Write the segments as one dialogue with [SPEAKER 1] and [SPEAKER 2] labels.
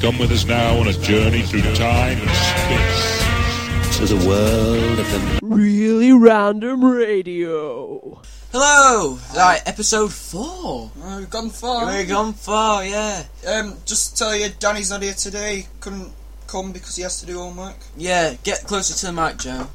[SPEAKER 1] Come with us now on a journey through time and space.
[SPEAKER 2] To the world of the
[SPEAKER 3] Really Random Radio.
[SPEAKER 4] Hello! Right, episode four.
[SPEAKER 5] Oh, we've gone far.
[SPEAKER 4] We're gone four, yeah.
[SPEAKER 5] Um, just to tell you, Danny's not here today. Couldn't come because he has to do homework.
[SPEAKER 4] Yeah, get closer to the mic, Joe.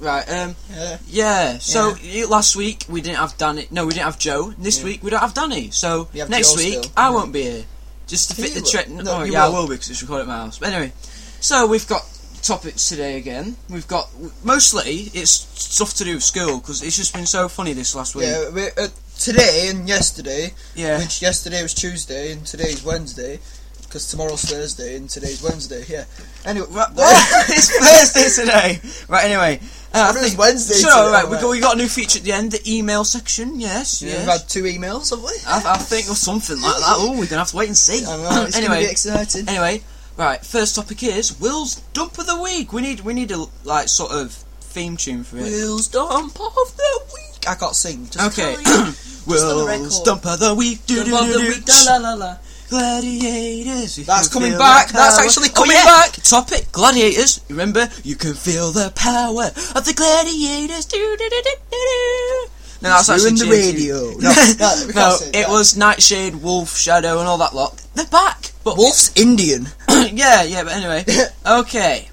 [SPEAKER 4] Right, um,
[SPEAKER 5] Yeah.
[SPEAKER 4] yeah, so you- last week we didn't have Danny. No, we didn't have Joe. This
[SPEAKER 5] Yeah.
[SPEAKER 4] week we don't have Danny. So
[SPEAKER 5] We have
[SPEAKER 4] next
[SPEAKER 5] Joe
[SPEAKER 4] week
[SPEAKER 5] still.
[SPEAKER 4] I
[SPEAKER 5] Yeah.
[SPEAKER 4] won't be here. Just to fit
[SPEAKER 5] You
[SPEAKER 4] the
[SPEAKER 5] will.
[SPEAKER 4] trick.
[SPEAKER 5] No,
[SPEAKER 4] oh,
[SPEAKER 5] you
[SPEAKER 4] yeah, I
[SPEAKER 5] will.
[SPEAKER 4] will because it's recorded at my house. But anyway, so we've got topics today again. We've got. Mostly it's stuff to do with school because it's just been so funny this last week.
[SPEAKER 5] Yeah, we, uh, today and yesterday,
[SPEAKER 4] Yeah.
[SPEAKER 5] which yesterday was Tuesday and today's Wednesday, because tomorrow's Thursday and today's Wednesday, yeah. Anyway, right,
[SPEAKER 4] Oh, it's Thursday today. Right, anyway. Uh,
[SPEAKER 5] It was Wednesday
[SPEAKER 4] So,
[SPEAKER 5] today,
[SPEAKER 4] right, we,
[SPEAKER 5] right.
[SPEAKER 4] got, we got a new feature at the end, the email section. Yes,
[SPEAKER 5] yeah,
[SPEAKER 4] yes.
[SPEAKER 5] we've had two emails, have we?
[SPEAKER 4] I, I think or something like that. Oh, we're gonna have to wait and see.
[SPEAKER 5] I know, it's
[SPEAKER 4] anyway,
[SPEAKER 5] gonna be exciting.
[SPEAKER 4] anyway, right. First topic is Will's dump of the week. We need we need a like sort of theme tune for it.
[SPEAKER 5] Will's dump of the week. I can't sing. Just
[SPEAKER 4] okay.
[SPEAKER 5] tell you. on the
[SPEAKER 4] Will's
[SPEAKER 5] record.
[SPEAKER 4] dump of the week. Do
[SPEAKER 5] Dump of the week, da la la la.
[SPEAKER 4] Gladiators. you
[SPEAKER 5] That's
[SPEAKER 4] can
[SPEAKER 5] coming
[SPEAKER 4] feel
[SPEAKER 5] back,
[SPEAKER 4] the
[SPEAKER 5] that's
[SPEAKER 4] power-
[SPEAKER 5] actually
[SPEAKER 4] Oh,
[SPEAKER 5] coming
[SPEAKER 4] yeah.
[SPEAKER 5] back.
[SPEAKER 4] Topic Gladiators. Remember, you can feel the power of the Gladiators. Do-do-do-do-do-do. No, that's
[SPEAKER 5] It's
[SPEAKER 4] actually
[SPEAKER 5] ruined the
[SPEAKER 4] GMT.
[SPEAKER 5] radio.
[SPEAKER 4] No,
[SPEAKER 5] No, no, we can't say
[SPEAKER 4] it
[SPEAKER 5] that.
[SPEAKER 4] was Nightshade, Wolf, Shadow, and all that lot. They're back, but
[SPEAKER 5] Wolf's Indian.
[SPEAKER 4] yeah, yeah. But anyway, okay,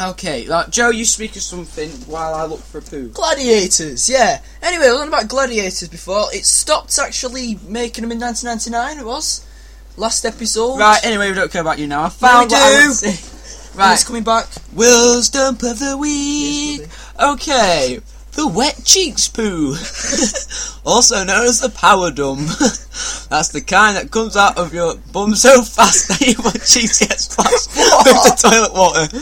[SPEAKER 4] okay. Like, Joe, you speak of something while I look for a poo.
[SPEAKER 5] Gladiators, yeah. Anyway, we learned about gladiators before. It stopped actually making them in 1999. It was last episode.
[SPEAKER 4] Right. Anyway, we don't care about you now. I
[SPEAKER 5] Now we
[SPEAKER 4] found what I want to
[SPEAKER 5] do.
[SPEAKER 4] see.
[SPEAKER 5] And
[SPEAKER 4] Right.
[SPEAKER 5] it's coming back.
[SPEAKER 4] Will's dump of the week.
[SPEAKER 5] Yes,
[SPEAKER 4] okay, the wet cheeks poo, also known as the power dump. That's the kind that comes out of your bum so fast that your cheeks get splashed with the toilet water.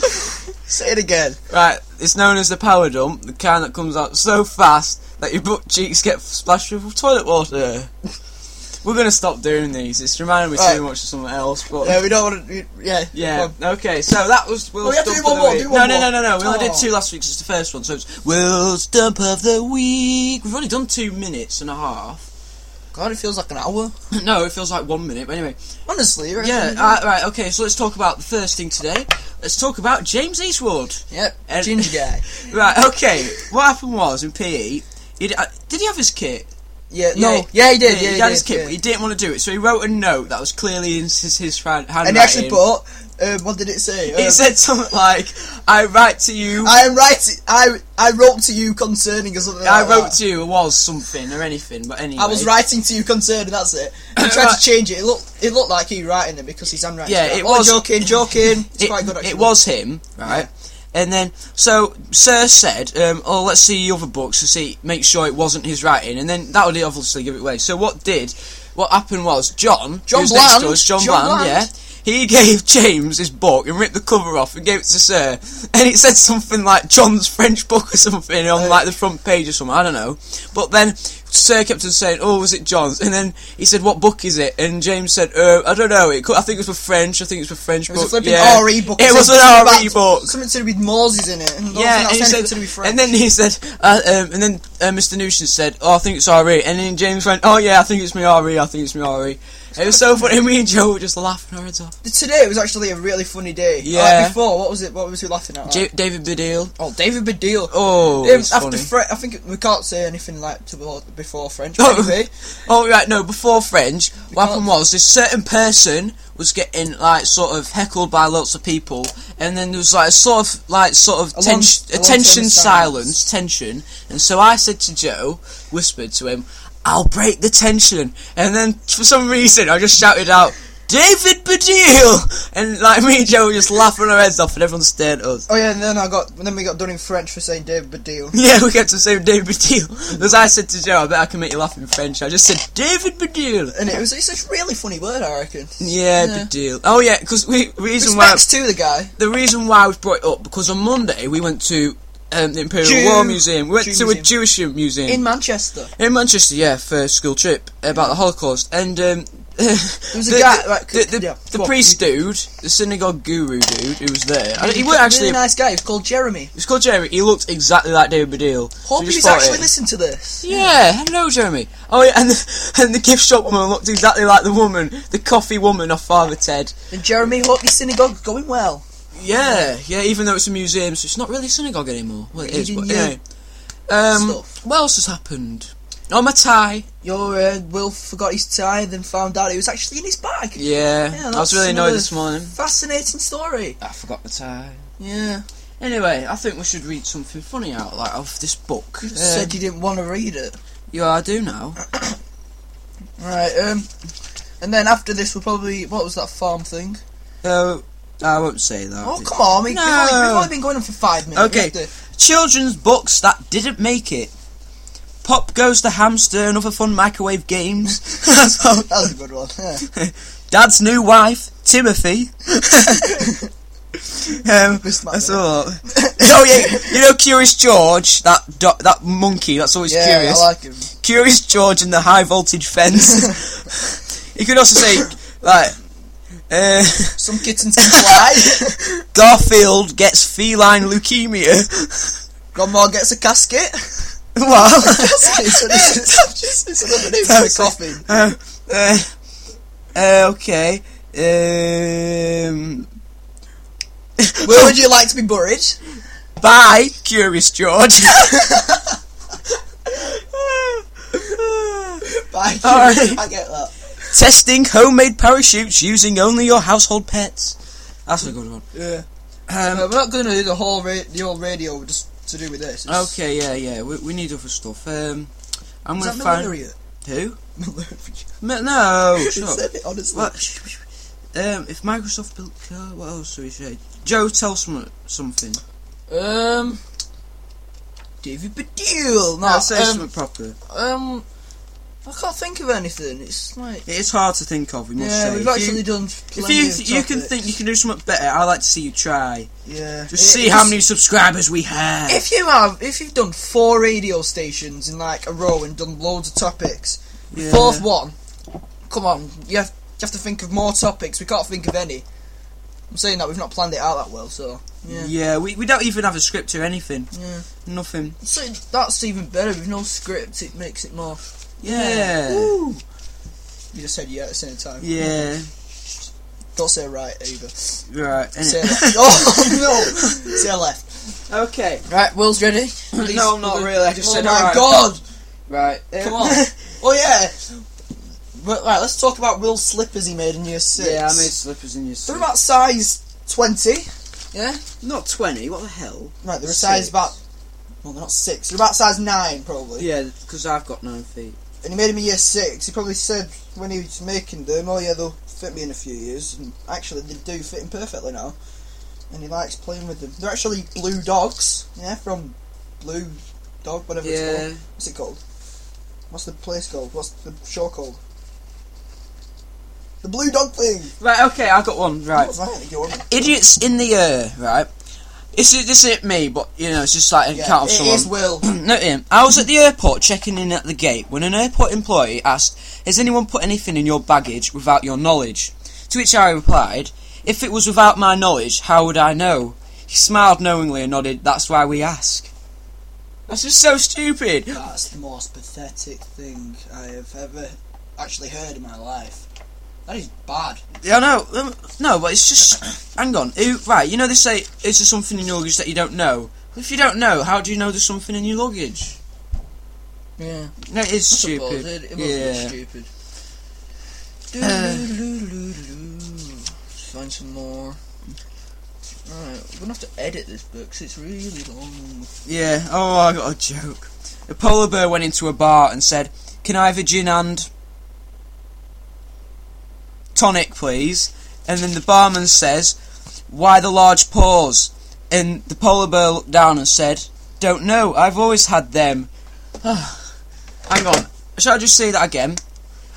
[SPEAKER 5] Say it again.
[SPEAKER 4] Right, it's known as the power dump, the kind that comes out so fast that your butt cheeks get splashed with toilet water. We're gonna stop doing these. It's reminding me
[SPEAKER 5] Right.
[SPEAKER 4] too much of something else. But
[SPEAKER 5] Yeah, we don't want to. Yeah.
[SPEAKER 4] Oh. yeah.
[SPEAKER 5] Come on.
[SPEAKER 4] Okay. So that was Will's
[SPEAKER 5] Oh, we have to
[SPEAKER 4] dump
[SPEAKER 5] do one
[SPEAKER 4] of the
[SPEAKER 5] more,
[SPEAKER 4] week.
[SPEAKER 5] do one
[SPEAKER 4] no, no,
[SPEAKER 5] more.
[SPEAKER 4] no, no, no. We only
[SPEAKER 5] Oh.
[SPEAKER 4] did two last week. 'cause It's the first one, so it's Will's dump of the week. We've only done two minutes and a half.
[SPEAKER 5] God, it feels like an hour.
[SPEAKER 4] no, it feels like one minute. But anyway,
[SPEAKER 5] Honestly, you reckon
[SPEAKER 4] yeah.
[SPEAKER 5] we-
[SPEAKER 4] Uh, right. Okay. So let's talk about the first thing today. Let's talk about James Eastwood.
[SPEAKER 5] Yep.
[SPEAKER 4] and-
[SPEAKER 5] Ginger guy.
[SPEAKER 4] Right. Okay. what happened was in PE. He'd, uh, did he have his kit?
[SPEAKER 5] Yeah. No. Yeah, he did. Yeah,
[SPEAKER 4] he had his kit,
[SPEAKER 5] did,
[SPEAKER 4] but he
[SPEAKER 5] yeah.
[SPEAKER 4] didn't want to do it, so he wrote a note that was clearly in his, his hand- handwriting.
[SPEAKER 5] And he actually put. Um, what did it say?
[SPEAKER 4] It
[SPEAKER 5] Um,
[SPEAKER 4] said something like, "I write to you."
[SPEAKER 5] I am writing. I I wrote to you concerning or something.
[SPEAKER 4] I
[SPEAKER 5] like
[SPEAKER 4] wrote
[SPEAKER 5] that.
[SPEAKER 4] to you it was something or anything, but anyway.
[SPEAKER 5] I was writing to you concerning. That's it. I tried
[SPEAKER 4] Right.
[SPEAKER 5] to change it. It looked it looked like he writing it because he's handwriting.
[SPEAKER 4] Yeah,
[SPEAKER 5] crap.
[SPEAKER 4] it
[SPEAKER 5] Oh,
[SPEAKER 4] was-
[SPEAKER 5] joking, joking. It's
[SPEAKER 4] It,
[SPEAKER 5] quite good actually.
[SPEAKER 4] it was him, right? And then, so Sir said, um, "Oh, let's see the other books to see, make sure it wasn't his writing." And then that would obviously give it away. So what did, what happened was John,
[SPEAKER 5] John
[SPEAKER 4] who's next to
[SPEAKER 5] Bland?
[SPEAKER 4] us, John,
[SPEAKER 5] John
[SPEAKER 4] Bland,
[SPEAKER 5] Bland?
[SPEAKER 4] yeah. He gave James his book and ripped the cover off and gave it to Sir, and it said something like John's French book or something on like the front page or something. I don't know. But then Sir kept on saying, "Oh, was it John's?" And then he said, "What book is it?" And James said, uh, "I don't know. It could, I think it was for French. I think it was for French
[SPEAKER 5] It was a
[SPEAKER 4] book,
[SPEAKER 5] flipping E
[SPEAKER 4] yeah.
[SPEAKER 5] RE book.
[SPEAKER 4] It was an
[SPEAKER 5] something
[SPEAKER 4] RE
[SPEAKER 5] about-
[SPEAKER 4] book.
[SPEAKER 5] Something to do with Moses in it. And
[SPEAKER 4] Yeah, and,
[SPEAKER 5] that's
[SPEAKER 4] he
[SPEAKER 5] anything
[SPEAKER 4] said,
[SPEAKER 5] to do with French.
[SPEAKER 4] and then he said, uh, um, and then uh, Mr. Nugent said, "Oh, I think it's RE." And then James went, "Oh yeah, I think it's me RE. I think it's me RE." It was so funny. Me and Joe were just laughing our heads off.
[SPEAKER 5] today was actually a really funny day. Like,
[SPEAKER 4] Yeah.
[SPEAKER 5] before, what was it? What was we laughing at?
[SPEAKER 4] Ja- David Baddiel.
[SPEAKER 5] oh, David Baddiel.
[SPEAKER 4] Oh,
[SPEAKER 5] Um,
[SPEAKER 4] it's
[SPEAKER 5] after
[SPEAKER 4] funny.
[SPEAKER 5] French, I think we can't say anything like to before French.
[SPEAKER 4] Oh.
[SPEAKER 5] Anyway,
[SPEAKER 4] Oh right, no. Before French, what
[SPEAKER 5] can't-
[SPEAKER 4] happened was this certain person was getting like sort of heckled by lots of people, and then there was like a sort of like sort of
[SPEAKER 5] A long-
[SPEAKER 4] tension,
[SPEAKER 5] a long
[SPEAKER 4] attention,
[SPEAKER 5] time of
[SPEAKER 4] silence, tension. And so I said to Joe, whispered to him, "I'll break the tension." And then for some reason, I just shouted out. David Baddiel! And like me and Joe were just laughing our heads off and everyone stared at us.
[SPEAKER 5] oh yeah, and then I got then we got done in French for saying David Baddiel.
[SPEAKER 4] Yeah, we kept on saying David Baddiel. Because I said to Joe, I bet I can make you laugh in French. I just said David Baddiel.
[SPEAKER 5] And it was it's a really funny word, I reckon.
[SPEAKER 4] Yeah,
[SPEAKER 5] Yeah.
[SPEAKER 4] big deal. Oh yeah, because we reason why
[SPEAKER 5] Respects to the guy.
[SPEAKER 4] the reason why we've brought it up because on Monday we went to um, the Imperial
[SPEAKER 5] Jew-
[SPEAKER 4] War Museum. We went
[SPEAKER 5] Jew
[SPEAKER 4] to a
[SPEAKER 5] museum.
[SPEAKER 4] Jewish museum
[SPEAKER 5] In Manchester.
[SPEAKER 4] in Manchester, yeah, for a school trip about the Holocaust. And um,
[SPEAKER 5] There was a guy. right, c-
[SPEAKER 4] the, the,
[SPEAKER 5] yeah,
[SPEAKER 4] the
[SPEAKER 5] go on.
[SPEAKER 4] priest dude, the synagogue guru dude who was there. I, he
[SPEAKER 5] He's
[SPEAKER 4] was
[SPEAKER 5] a
[SPEAKER 4] actually.
[SPEAKER 5] really nice guy. He's called Jeremy.
[SPEAKER 4] He was called Jeremy. He looked exactly like David Baddiel. So
[SPEAKER 5] Hope
[SPEAKER 4] we just
[SPEAKER 5] he's
[SPEAKER 4] thought
[SPEAKER 5] actually
[SPEAKER 4] it-
[SPEAKER 5] listened to this.
[SPEAKER 4] Yeah, hello, Jeremy. Oh, yeah, and the, and the gift shop woman looked exactly like the woman, the coffee woman off Father Ted.
[SPEAKER 5] And Jeremy, hope your synagogue's going well.
[SPEAKER 4] Yeah, yeah. Even though it's a museum, so it's not really a synagogue anymore. Well, it is,
[SPEAKER 5] Reading
[SPEAKER 4] but
[SPEAKER 5] your
[SPEAKER 4] anyway. Um,
[SPEAKER 5] stuff.
[SPEAKER 4] what else has happened? Oh, my tie.
[SPEAKER 5] Your uh, Will forgot his tie, then found out it was actually in his bag.
[SPEAKER 4] Yeah,
[SPEAKER 5] Yeah,
[SPEAKER 4] I was
[SPEAKER 5] that's
[SPEAKER 4] really annoyed
[SPEAKER 5] another
[SPEAKER 4] this morning.
[SPEAKER 5] Fascinating story.
[SPEAKER 4] I forgot my tie.
[SPEAKER 5] Yeah.
[SPEAKER 4] Anyway, I think we should read something funny out, like of this book.
[SPEAKER 5] You
[SPEAKER 4] Um,
[SPEAKER 5] said you didn't want to read it.
[SPEAKER 4] yeah, I do now.
[SPEAKER 5] Right. Um. And then after this, we'll probably what was that farm thing?
[SPEAKER 4] Uh, I won't say that.
[SPEAKER 5] Oh come on, we,
[SPEAKER 4] No.
[SPEAKER 5] we've, only, we've only been going on for five minutes. We
[SPEAKER 4] Okay.
[SPEAKER 5] have to-
[SPEAKER 4] Children's books that didn't make it. Pop Goes the Hamster and other fun microwave games.
[SPEAKER 5] that was a good one. Yeah.
[SPEAKER 4] Dad's new wife, Timothy. um,
[SPEAKER 5] Missed that
[SPEAKER 4] that's
[SPEAKER 5] bit.
[SPEAKER 4] all. oh yeah, you know Curious George, that do- that monkey. That's always
[SPEAKER 5] Yeah,
[SPEAKER 4] curious.
[SPEAKER 5] I like him.
[SPEAKER 4] Curious George and the high voltage fence. you could also say like. Uh,
[SPEAKER 5] Some kittens can fly.
[SPEAKER 4] Garfield gets feline leukemia.
[SPEAKER 5] Grandma gets a casket.
[SPEAKER 4] Wow.
[SPEAKER 5] Casket. So this is- it's another name for
[SPEAKER 4] Uh,
[SPEAKER 5] a coffin.
[SPEAKER 4] uh, uh, okay. Um,
[SPEAKER 5] Where would you like to be buried?
[SPEAKER 4] bye, Curious George.
[SPEAKER 5] Bye.
[SPEAKER 4] Alright.
[SPEAKER 5] I get that.
[SPEAKER 4] Testing homemade parachutes using only your household pets. That's a good one.
[SPEAKER 5] Yeah.
[SPEAKER 4] Um,
[SPEAKER 5] we're not going to do the whole ra- the whole radio just to do with this. It's-
[SPEAKER 4] okay, yeah, yeah. We, we need other stuff. Um, I'm
[SPEAKER 5] Is
[SPEAKER 4] gonna
[SPEAKER 5] that
[SPEAKER 4] find
[SPEAKER 5] malaria?
[SPEAKER 4] who.
[SPEAKER 5] Malaria.
[SPEAKER 4] Ma- no,
[SPEAKER 5] He
[SPEAKER 4] shut up.
[SPEAKER 5] said it honestly.
[SPEAKER 4] Oh, What? sh- sh- Um, if Microsoft built car, what else do we say? Joe, tell some something.
[SPEAKER 5] Um. David Baddiel. No,
[SPEAKER 4] No, say
[SPEAKER 5] um,
[SPEAKER 4] something proper.
[SPEAKER 5] um, I can't think of anything. It's like
[SPEAKER 4] It is hard to think of. We must
[SPEAKER 5] yeah,
[SPEAKER 4] say.
[SPEAKER 5] we've
[SPEAKER 4] If you-
[SPEAKER 5] actually done
[SPEAKER 4] If
[SPEAKER 5] plenty
[SPEAKER 4] you
[SPEAKER 5] of
[SPEAKER 4] you can
[SPEAKER 5] topics.
[SPEAKER 4] think you can do something better, I like to see you try.
[SPEAKER 5] yeah,
[SPEAKER 4] Just
[SPEAKER 5] It-
[SPEAKER 4] see how
[SPEAKER 5] it's-
[SPEAKER 4] many subscribers we have.
[SPEAKER 5] If you have, if you've done four radio stations in like a row and done loads of topics, the
[SPEAKER 4] Yeah.
[SPEAKER 5] fourth one, come on, you have you have to think of more topics. We can't think of any. I'm saying that we've not planned it out that well, so
[SPEAKER 4] yeah,
[SPEAKER 5] yeah.
[SPEAKER 4] we, we don't even have a script or anything.
[SPEAKER 5] Yeah.
[SPEAKER 4] Nothing.
[SPEAKER 5] So that's even better with no script. It makes it more.
[SPEAKER 4] Yeah. Yeah.
[SPEAKER 5] Woo. You just said yeah at the same time. Don't say right either.
[SPEAKER 4] Right. any-
[SPEAKER 5] Say left. oh no! Say left.
[SPEAKER 4] okay.
[SPEAKER 5] Right, Will's ready.
[SPEAKER 4] No, I'm not really. I just
[SPEAKER 5] oh
[SPEAKER 4] said,
[SPEAKER 5] my
[SPEAKER 4] alright,
[SPEAKER 5] god!
[SPEAKER 4] Right. uh,
[SPEAKER 5] Come on. oh yeah. But, right, let's talk about Will's slippers he made in year six.
[SPEAKER 4] yeah, I made slippers in your.
[SPEAKER 5] They're
[SPEAKER 4] Sleep.
[SPEAKER 5] about size twenty. Yeah.
[SPEAKER 4] Not twenty. What the hell?
[SPEAKER 5] Right, they're a size
[SPEAKER 4] Six.
[SPEAKER 5] about. Well, they're not six. They're about size nine probably.
[SPEAKER 4] Yeah, because I've got nine feet.
[SPEAKER 5] and he made him in year six. He probably said when he was making them, "Oh yeah, they'll fit me in a few years." And actually, they do fit him perfectly now. And he likes playing with them. They're actually blue dogs. Yeah, from Blue Dog, whatever it's
[SPEAKER 4] Yeah.
[SPEAKER 5] called. What's it called? What's the place called? What's the show called? The Blue Dog thing.
[SPEAKER 4] Right. Okay, I got one. Right.
[SPEAKER 5] What's that? You're-
[SPEAKER 4] Idiots in the air. Right. This is this ain't me, but you know it's just like an
[SPEAKER 5] Yeah,
[SPEAKER 4] account of
[SPEAKER 5] it
[SPEAKER 4] someone.
[SPEAKER 5] is Will.
[SPEAKER 4] Note him. um, I was at the airport checking in at the gate when an airport employee asked, Has anyone put anything in your baggage without your knowledge? To which I replied, If it was without my knowledge, how would I know? He smiled knowingly and nodded, That's why we ask. That's just so stupid.
[SPEAKER 5] That's the most pathetic thing I have ever actually heard in my life. That is bad.
[SPEAKER 4] Yeah, no, um, no, but it's just. Hang on. Who, right, you know they say, Is there something in your luggage that you don't know? If you don't know, how do you know there's something in your luggage?
[SPEAKER 5] Yeah.
[SPEAKER 4] No, it is
[SPEAKER 5] I suppose
[SPEAKER 4] stupid.
[SPEAKER 5] It, it must
[SPEAKER 4] yeah.
[SPEAKER 5] be stupid. Find some more. Alright, we're gonna have to edit this book 'cause it's really long.
[SPEAKER 4] Yeah, oh, I got a joke. A polar bear went into a bar and said, Can I have a gin and tonic, please? And then the barman says, Why the large paws? And the polar bear looked down and said, Don't know, I've always had them. Hang on, shall I just say that again?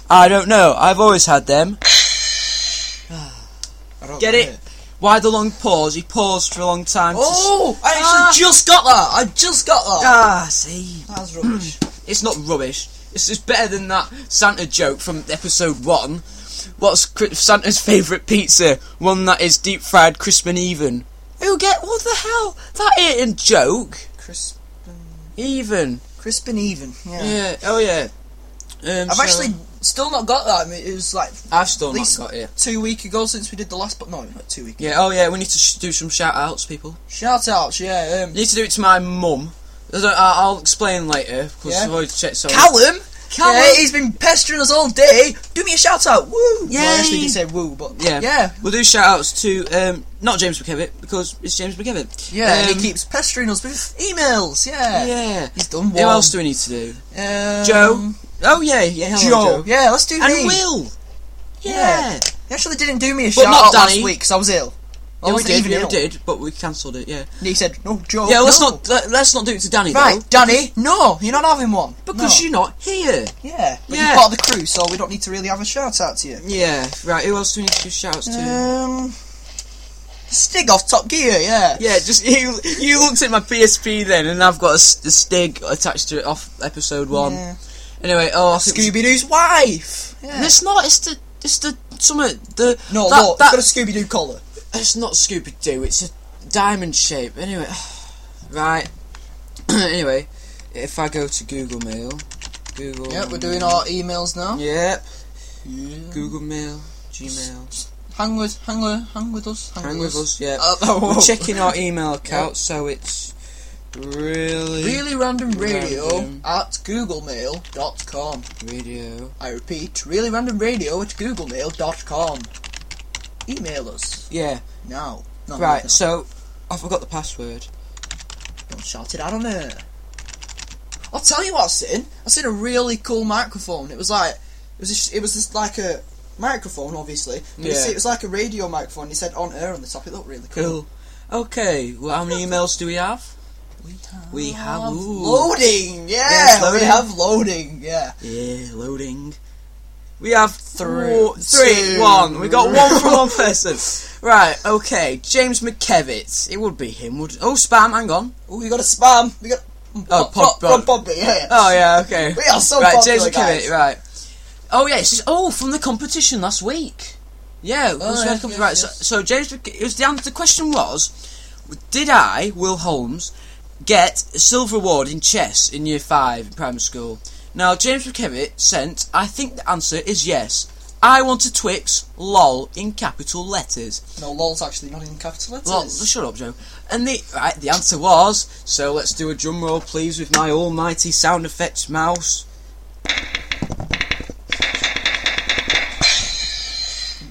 [SPEAKER 4] I don't know, I've always had them.
[SPEAKER 5] I don't
[SPEAKER 4] Get
[SPEAKER 5] know.
[SPEAKER 4] it? Why the long pause? He paused for a long time. to s-
[SPEAKER 5] Oh! I actually
[SPEAKER 4] Ah.
[SPEAKER 5] just got that! I just got that!
[SPEAKER 4] ah, see.
[SPEAKER 5] That's rubbish.
[SPEAKER 4] It's not rubbish. It's just better than that Santa joke from episode one. What's Cri- Santa's favourite pizza? One that is deep fried, crisp and even. Who get what the hell? That ain't a joke.
[SPEAKER 5] Crisp,
[SPEAKER 4] Even.
[SPEAKER 5] crisp and even. Yeah.
[SPEAKER 4] Yeah. Oh yeah. Um,
[SPEAKER 5] I've
[SPEAKER 4] so-
[SPEAKER 5] actually still not got that. I mean, it was like
[SPEAKER 4] I've still
[SPEAKER 5] at
[SPEAKER 4] not
[SPEAKER 5] least
[SPEAKER 4] got it.
[SPEAKER 5] two week ago since we did the last, but no, not two week.
[SPEAKER 4] Yeah. Oh yeah. We need to sh- do some shout outs, people.
[SPEAKER 5] Shout outs, yeah. Um,
[SPEAKER 4] You need to do it to my mum. I don't- I- I'll explain later because
[SPEAKER 5] Yeah.
[SPEAKER 4] I've already checked. So
[SPEAKER 5] Callum.
[SPEAKER 4] Callum.
[SPEAKER 5] Yeah, he's been pestering us all day. Do me a shout out. Woo.
[SPEAKER 4] Yay.
[SPEAKER 5] Well, actually, he did say woo, but
[SPEAKER 4] Yeah.
[SPEAKER 5] yeah,
[SPEAKER 4] We'll do shout outs to um, not James McKevitt because it's James McKevitt.
[SPEAKER 5] yeah. and
[SPEAKER 4] Um,
[SPEAKER 5] he keeps pestering us with emails. Yeah.
[SPEAKER 4] Yeah.
[SPEAKER 5] He's done
[SPEAKER 4] Who
[SPEAKER 5] one.
[SPEAKER 4] else do we need to do?
[SPEAKER 5] Um,
[SPEAKER 4] Joe. Oh yeah, yeah. Hello,
[SPEAKER 5] Joe.
[SPEAKER 4] Joe.
[SPEAKER 5] Yeah, let's do
[SPEAKER 4] And
[SPEAKER 5] me.
[SPEAKER 4] Will.
[SPEAKER 5] Yeah.
[SPEAKER 4] Yeah.
[SPEAKER 5] He actually didn't do me a
[SPEAKER 4] But
[SPEAKER 5] shout
[SPEAKER 4] not
[SPEAKER 5] out last
[SPEAKER 4] Danny.
[SPEAKER 5] week because I was ill. Oh, I
[SPEAKER 4] Yeah, we
[SPEAKER 5] wasn't
[SPEAKER 4] did.
[SPEAKER 5] even
[SPEAKER 4] yeah,
[SPEAKER 5] ill.
[SPEAKER 4] we did, but we cancelled it. Yeah.
[SPEAKER 5] And he said, "No, Joe."
[SPEAKER 4] Yeah. Let's
[SPEAKER 5] no.
[SPEAKER 4] not let, let's not do it to Danny
[SPEAKER 5] Right,
[SPEAKER 4] though,
[SPEAKER 5] Danny. No, you're not having one
[SPEAKER 4] because
[SPEAKER 5] No.
[SPEAKER 4] you're not here.
[SPEAKER 5] Yeah, but
[SPEAKER 4] Yeah.
[SPEAKER 5] you're part of the crew, so we don't need to really have a shout out to you.
[SPEAKER 4] Yeah. Right. Who else do we need to do shout outs to?
[SPEAKER 5] Um, Stig off Top Gear, yeah.
[SPEAKER 4] Yeah, just you. You looked at my PSP then, and I've got a, s- a stig attached to it off episode one.
[SPEAKER 5] Yeah.
[SPEAKER 4] Anyway, oh, I think we should-
[SPEAKER 5] Scooby Doo's wife. Yeah.
[SPEAKER 4] it's not. It's the. It's the. Something. The.
[SPEAKER 5] no,
[SPEAKER 4] that,
[SPEAKER 5] look,
[SPEAKER 4] that-
[SPEAKER 5] it's got a Scooby Doo collar.
[SPEAKER 4] it's not Scooby Doo. It's a diamond shape. Anyway, right. anyway, if I go to Google Mail, Google.
[SPEAKER 5] Yep, we're doing our emails now.
[SPEAKER 4] Yep. Google Mail, Gmail.
[SPEAKER 5] Hang with, hang with, hang with us.
[SPEAKER 4] Hang with us. Yeah.
[SPEAKER 5] Uh, oh,
[SPEAKER 4] We're
[SPEAKER 5] whoa.
[SPEAKER 4] checking our email account, so it's really
[SPEAKER 5] Really random radio
[SPEAKER 4] Random.
[SPEAKER 5] at googlemail.com.
[SPEAKER 4] radio.
[SPEAKER 5] I repeat, really random radio at googlemail.com. Email us
[SPEAKER 4] Yeah.
[SPEAKER 5] now. Oh, No,
[SPEAKER 4] Right.
[SPEAKER 5] no,
[SPEAKER 4] So I forgot the password.
[SPEAKER 5] Don't shout it out on air. I'll tell you what I seen. I seen a really cool microphone. It was like it was just, it was just like a microphone, obviously. But you
[SPEAKER 4] Yeah.
[SPEAKER 5] see, it was like a radio microphone. It said on air on the top. It looked really cool.
[SPEAKER 4] Cool. Okay. Well, how many emails do we have? We have.
[SPEAKER 5] Have
[SPEAKER 4] ooh.
[SPEAKER 5] loading, yeah.
[SPEAKER 4] Yes, loading.
[SPEAKER 5] We have loading, yeah.
[SPEAKER 4] Yeah, loading. We have
[SPEAKER 5] Three,
[SPEAKER 4] three, three,
[SPEAKER 5] two,
[SPEAKER 4] one. We got one from one person. Right, okay. James McKevitt. It would be him, would Oh, spam, hang on.
[SPEAKER 5] Oh, we got a spam. We got
[SPEAKER 4] Oh, Pod-
[SPEAKER 5] from
[SPEAKER 4] Pod-
[SPEAKER 5] Podbean, yeah. yeah.
[SPEAKER 4] Oh, yeah, okay.
[SPEAKER 5] We are so
[SPEAKER 4] Right,
[SPEAKER 5] popular,
[SPEAKER 4] James McKevitt,
[SPEAKER 5] guys.
[SPEAKER 4] right. Oh, yeah, it's just, oh, from the competition last week. Yeah, it was
[SPEAKER 5] yeah,
[SPEAKER 4] from-
[SPEAKER 5] Oh, yes,
[SPEAKER 4] right. So,
[SPEAKER 5] yes.
[SPEAKER 4] so James, McK- it was the, answer, the question was, did I, Will Holmes, get a silver award in chess in year five in primary school? Now, James McKevitt sent, I think the answer is yes. I want a Twix, lol, in capital letters.
[SPEAKER 5] No, lol's actually not in capital letters.
[SPEAKER 4] Lol, shut up, Joe. And the right, the answer was. So let's do a drum roll, please, with my almighty sound effects mouse.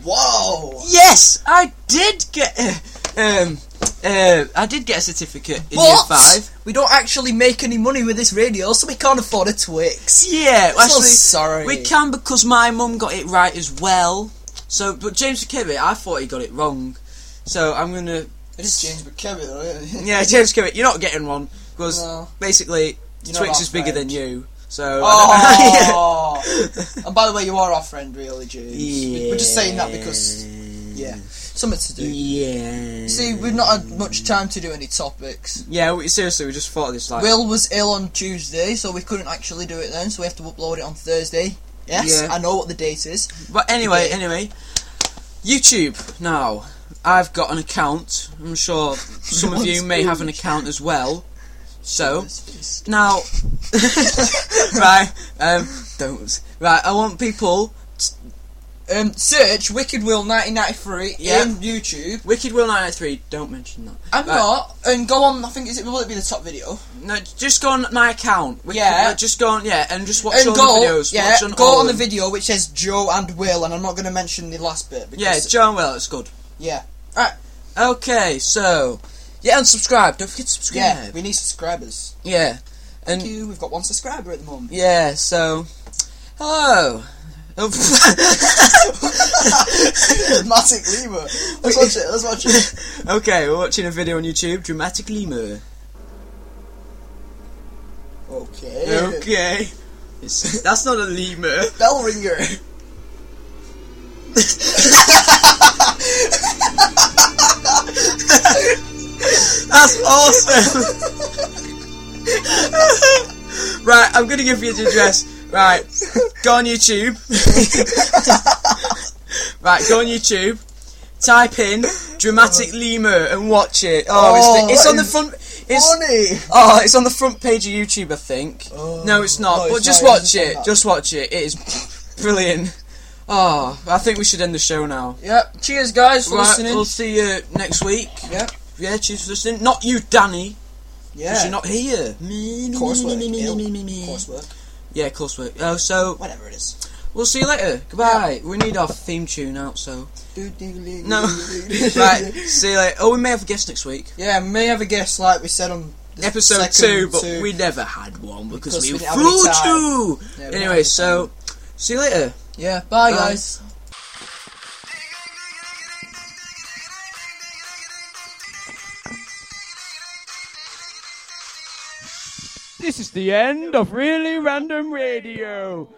[SPEAKER 5] Wow.
[SPEAKER 4] Yes, I did get. um, uh, I did get a certificate in year
[SPEAKER 5] But
[SPEAKER 4] five.
[SPEAKER 5] we don't actually make any money with this radio, so we can't afford a Twix.
[SPEAKER 4] Yeah,
[SPEAKER 5] so
[SPEAKER 4] actually,
[SPEAKER 5] sorry.
[SPEAKER 4] We can because my mum got it right as well. So, but James McKibbitt, I thought he got it wrong. So I'm gonna.
[SPEAKER 5] It is James McKevitt, though, isn't it?
[SPEAKER 4] Yeah, James McKibbitt, you're not getting one because
[SPEAKER 5] No.
[SPEAKER 4] basically
[SPEAKER 5] You're not
[SPEAKER 4] Twix
[SPEAKER 5] our
[SPEAKER 4] is bigger than
[SPEAKER 5] friend.
[SPEAKER 4] you. So. I don't-
[SPEAKER 5] Oh! and by the way, you are our friend, really, James.
[SPEAKER 4] yeah.
[SPEAKER 5] We're just saying that because, yeah, something to do.
[SPEAKER 4] Yeah.
[SPEAKER 5] See, we've not had much time to do any topics.
[SPEAKER 4] Yeah, we, seriously, we just thought of this like.
[SPEAKER 5] Will was ill on Tuesday, so we couldn't actually do it then, so we have to upload it on Thursday. Yes,
[SPEAKER 4] Yeah.
[SPEAKER 5] I know what the date is.
[SPEAKER 4] but anyway,
[SPEAKER 5] Okay.
[SPEAKER 4] anyway, YouTube. Now, I've got an account. I'm sure some of you may have an account as well. So now, right, um, don't. Right, I want people.
[SPEAKER 5] Um, search Wicked Will 1993
[SPEAKER 4] Yeah.
[SPEAKER 5] in YouTube.
[SPEAKER 4] Wicked Will 993. Don't mention that.
[SPEAKER 5] I'm
[SPEAKER 4] Right,
[SPEAKER 5] not, and go on. I think is it will it be the top video?
[SPEAKER 4] No, just go on my account. Wicked-
[SPEAKER 5] Yeah.
[SPEAKER 4] no, Just go on. Yeah, and just watch
[SPEAKER 5] And
[SPEAKER 4] all
[SPEAKER 5] go,
[SPEAKER 4] the videos.
[SPEAKER 5] yeah,
[SPEAKER 4] watch on
[SPEAKER 5] go
[SPEAKER 4] all
[SPEAKER 5] on the
[SPEAKER 4] of them.
[SPEAKER 5] video which says Joe and Will, and I'm not going to mention the last bit. Because
[SPEAKER 4] Yeah, Joe and Will. It's good.
[SPEAKER 5] yeah,
[SPEAKER 4] Okay, so yeah, and subscribe. Don't forget to
[SPEAKER 5] yeah,
[SPEAKER 4] subscribe.
[SPEAKER 5] We need subscribers.
[SPEAKER 4] Yeah, and
[SPEAKER 5] Thank you. We've got one subscriber at the moment.
[SPEAKER 4] yeah. So hello.
[SPEAKER 5] Dramatic lever. Let's watch it. Let's watch it.
[SPEAKER 4] okay, we're watching a video on YouTube. Dramatic lemur.
[SPEAKER 5] Okay.
[SPEAKER 4] Okay. It's, that's not a lemur.
[SPEAKER 5] Bell ringer.
[SPEAKER 4] That's awesome. Right, I'm gonna give you the address. Right, go on YouTube. right, go on YouTube. Type in dramatic lemur and watch it. Oh, it's,
[SPEAKER 5] Oh,
[SPEAKER 4] the, it's
[SPEAKER 5] that
[SPEAKER 4] on the
[SPEAKER 5] is
[SPEAKER 4] front. It's,
[SPEAKER 5] Funny.
[SPEAKER 4] oh, it's on the front page of YouTube, I think.
[SPEAKER 5] Oh.
[SPEAKER 4] no, it's not.
[SPEAKER 5] No,
[SPEAKER 4] but
[SPEAKER 5] it's
[SPEAKER 4] just
[SPEAKER 5] not, it
[SPEAKER 4] watch
[SPEAKER 5] isn't on
[SPEAKER 4] it.
[SPEAKER 5] that.
[SPEAKER 4] Just watch it. It is brilliant. Oh, I think we should end the show now.
[SPEAKER 5] Yep. Cheers, guys, for
[SPEAKER 4] Right,
[SPEAKER 5] listening.
[SPEAKER 4] we'll see you next week.
[SPEAKER 5] Yep.
[SPEAKER 4] Yeah, cheers for listening. Not you, Danny, because
[SPEAKER 5] Yeah.
[SPEAKER 4] you're not here.
[SPEAKER 5] coursework. Ill. Coursework.
[SPEAKER 4] Yeah, coursework. Oh, so
[SPEAKER 5] Whatever it is.
[SPEAKER 4] we'll see you later. Goodbye. We need our theme tune out, so no.
[SPEAKER 5] No.
[SPEAKER 4] right, see you later. Oh, we may have a guest next week.
[SPEAKER 5] Yeah, may have a guess like we said on the
[SPEAKER 4] Episode two,
[SPEAKER 5] second
[SPEAKER 4] but we never had one because,
[SPEAKER 5] Because
[SPEAKER 4] we,
[SPEAKER 5] we didn't have
[SPEAKER 4] flew
[SPEAKER 5] any time.
[SPEAKER 4] to.
[SPEAKER 5] Yeah, we didn't
[SPEAKER 4] anyway,
[SPEAKER 5] have
[SPEAKER 4] so see you later.
[SPEAKER 5] Yeah. Bye,
[SPEAKER 4] Bye.
[SPEAKER 5] guys.
[SPEAKER 3] This is the end of Really Random Radio.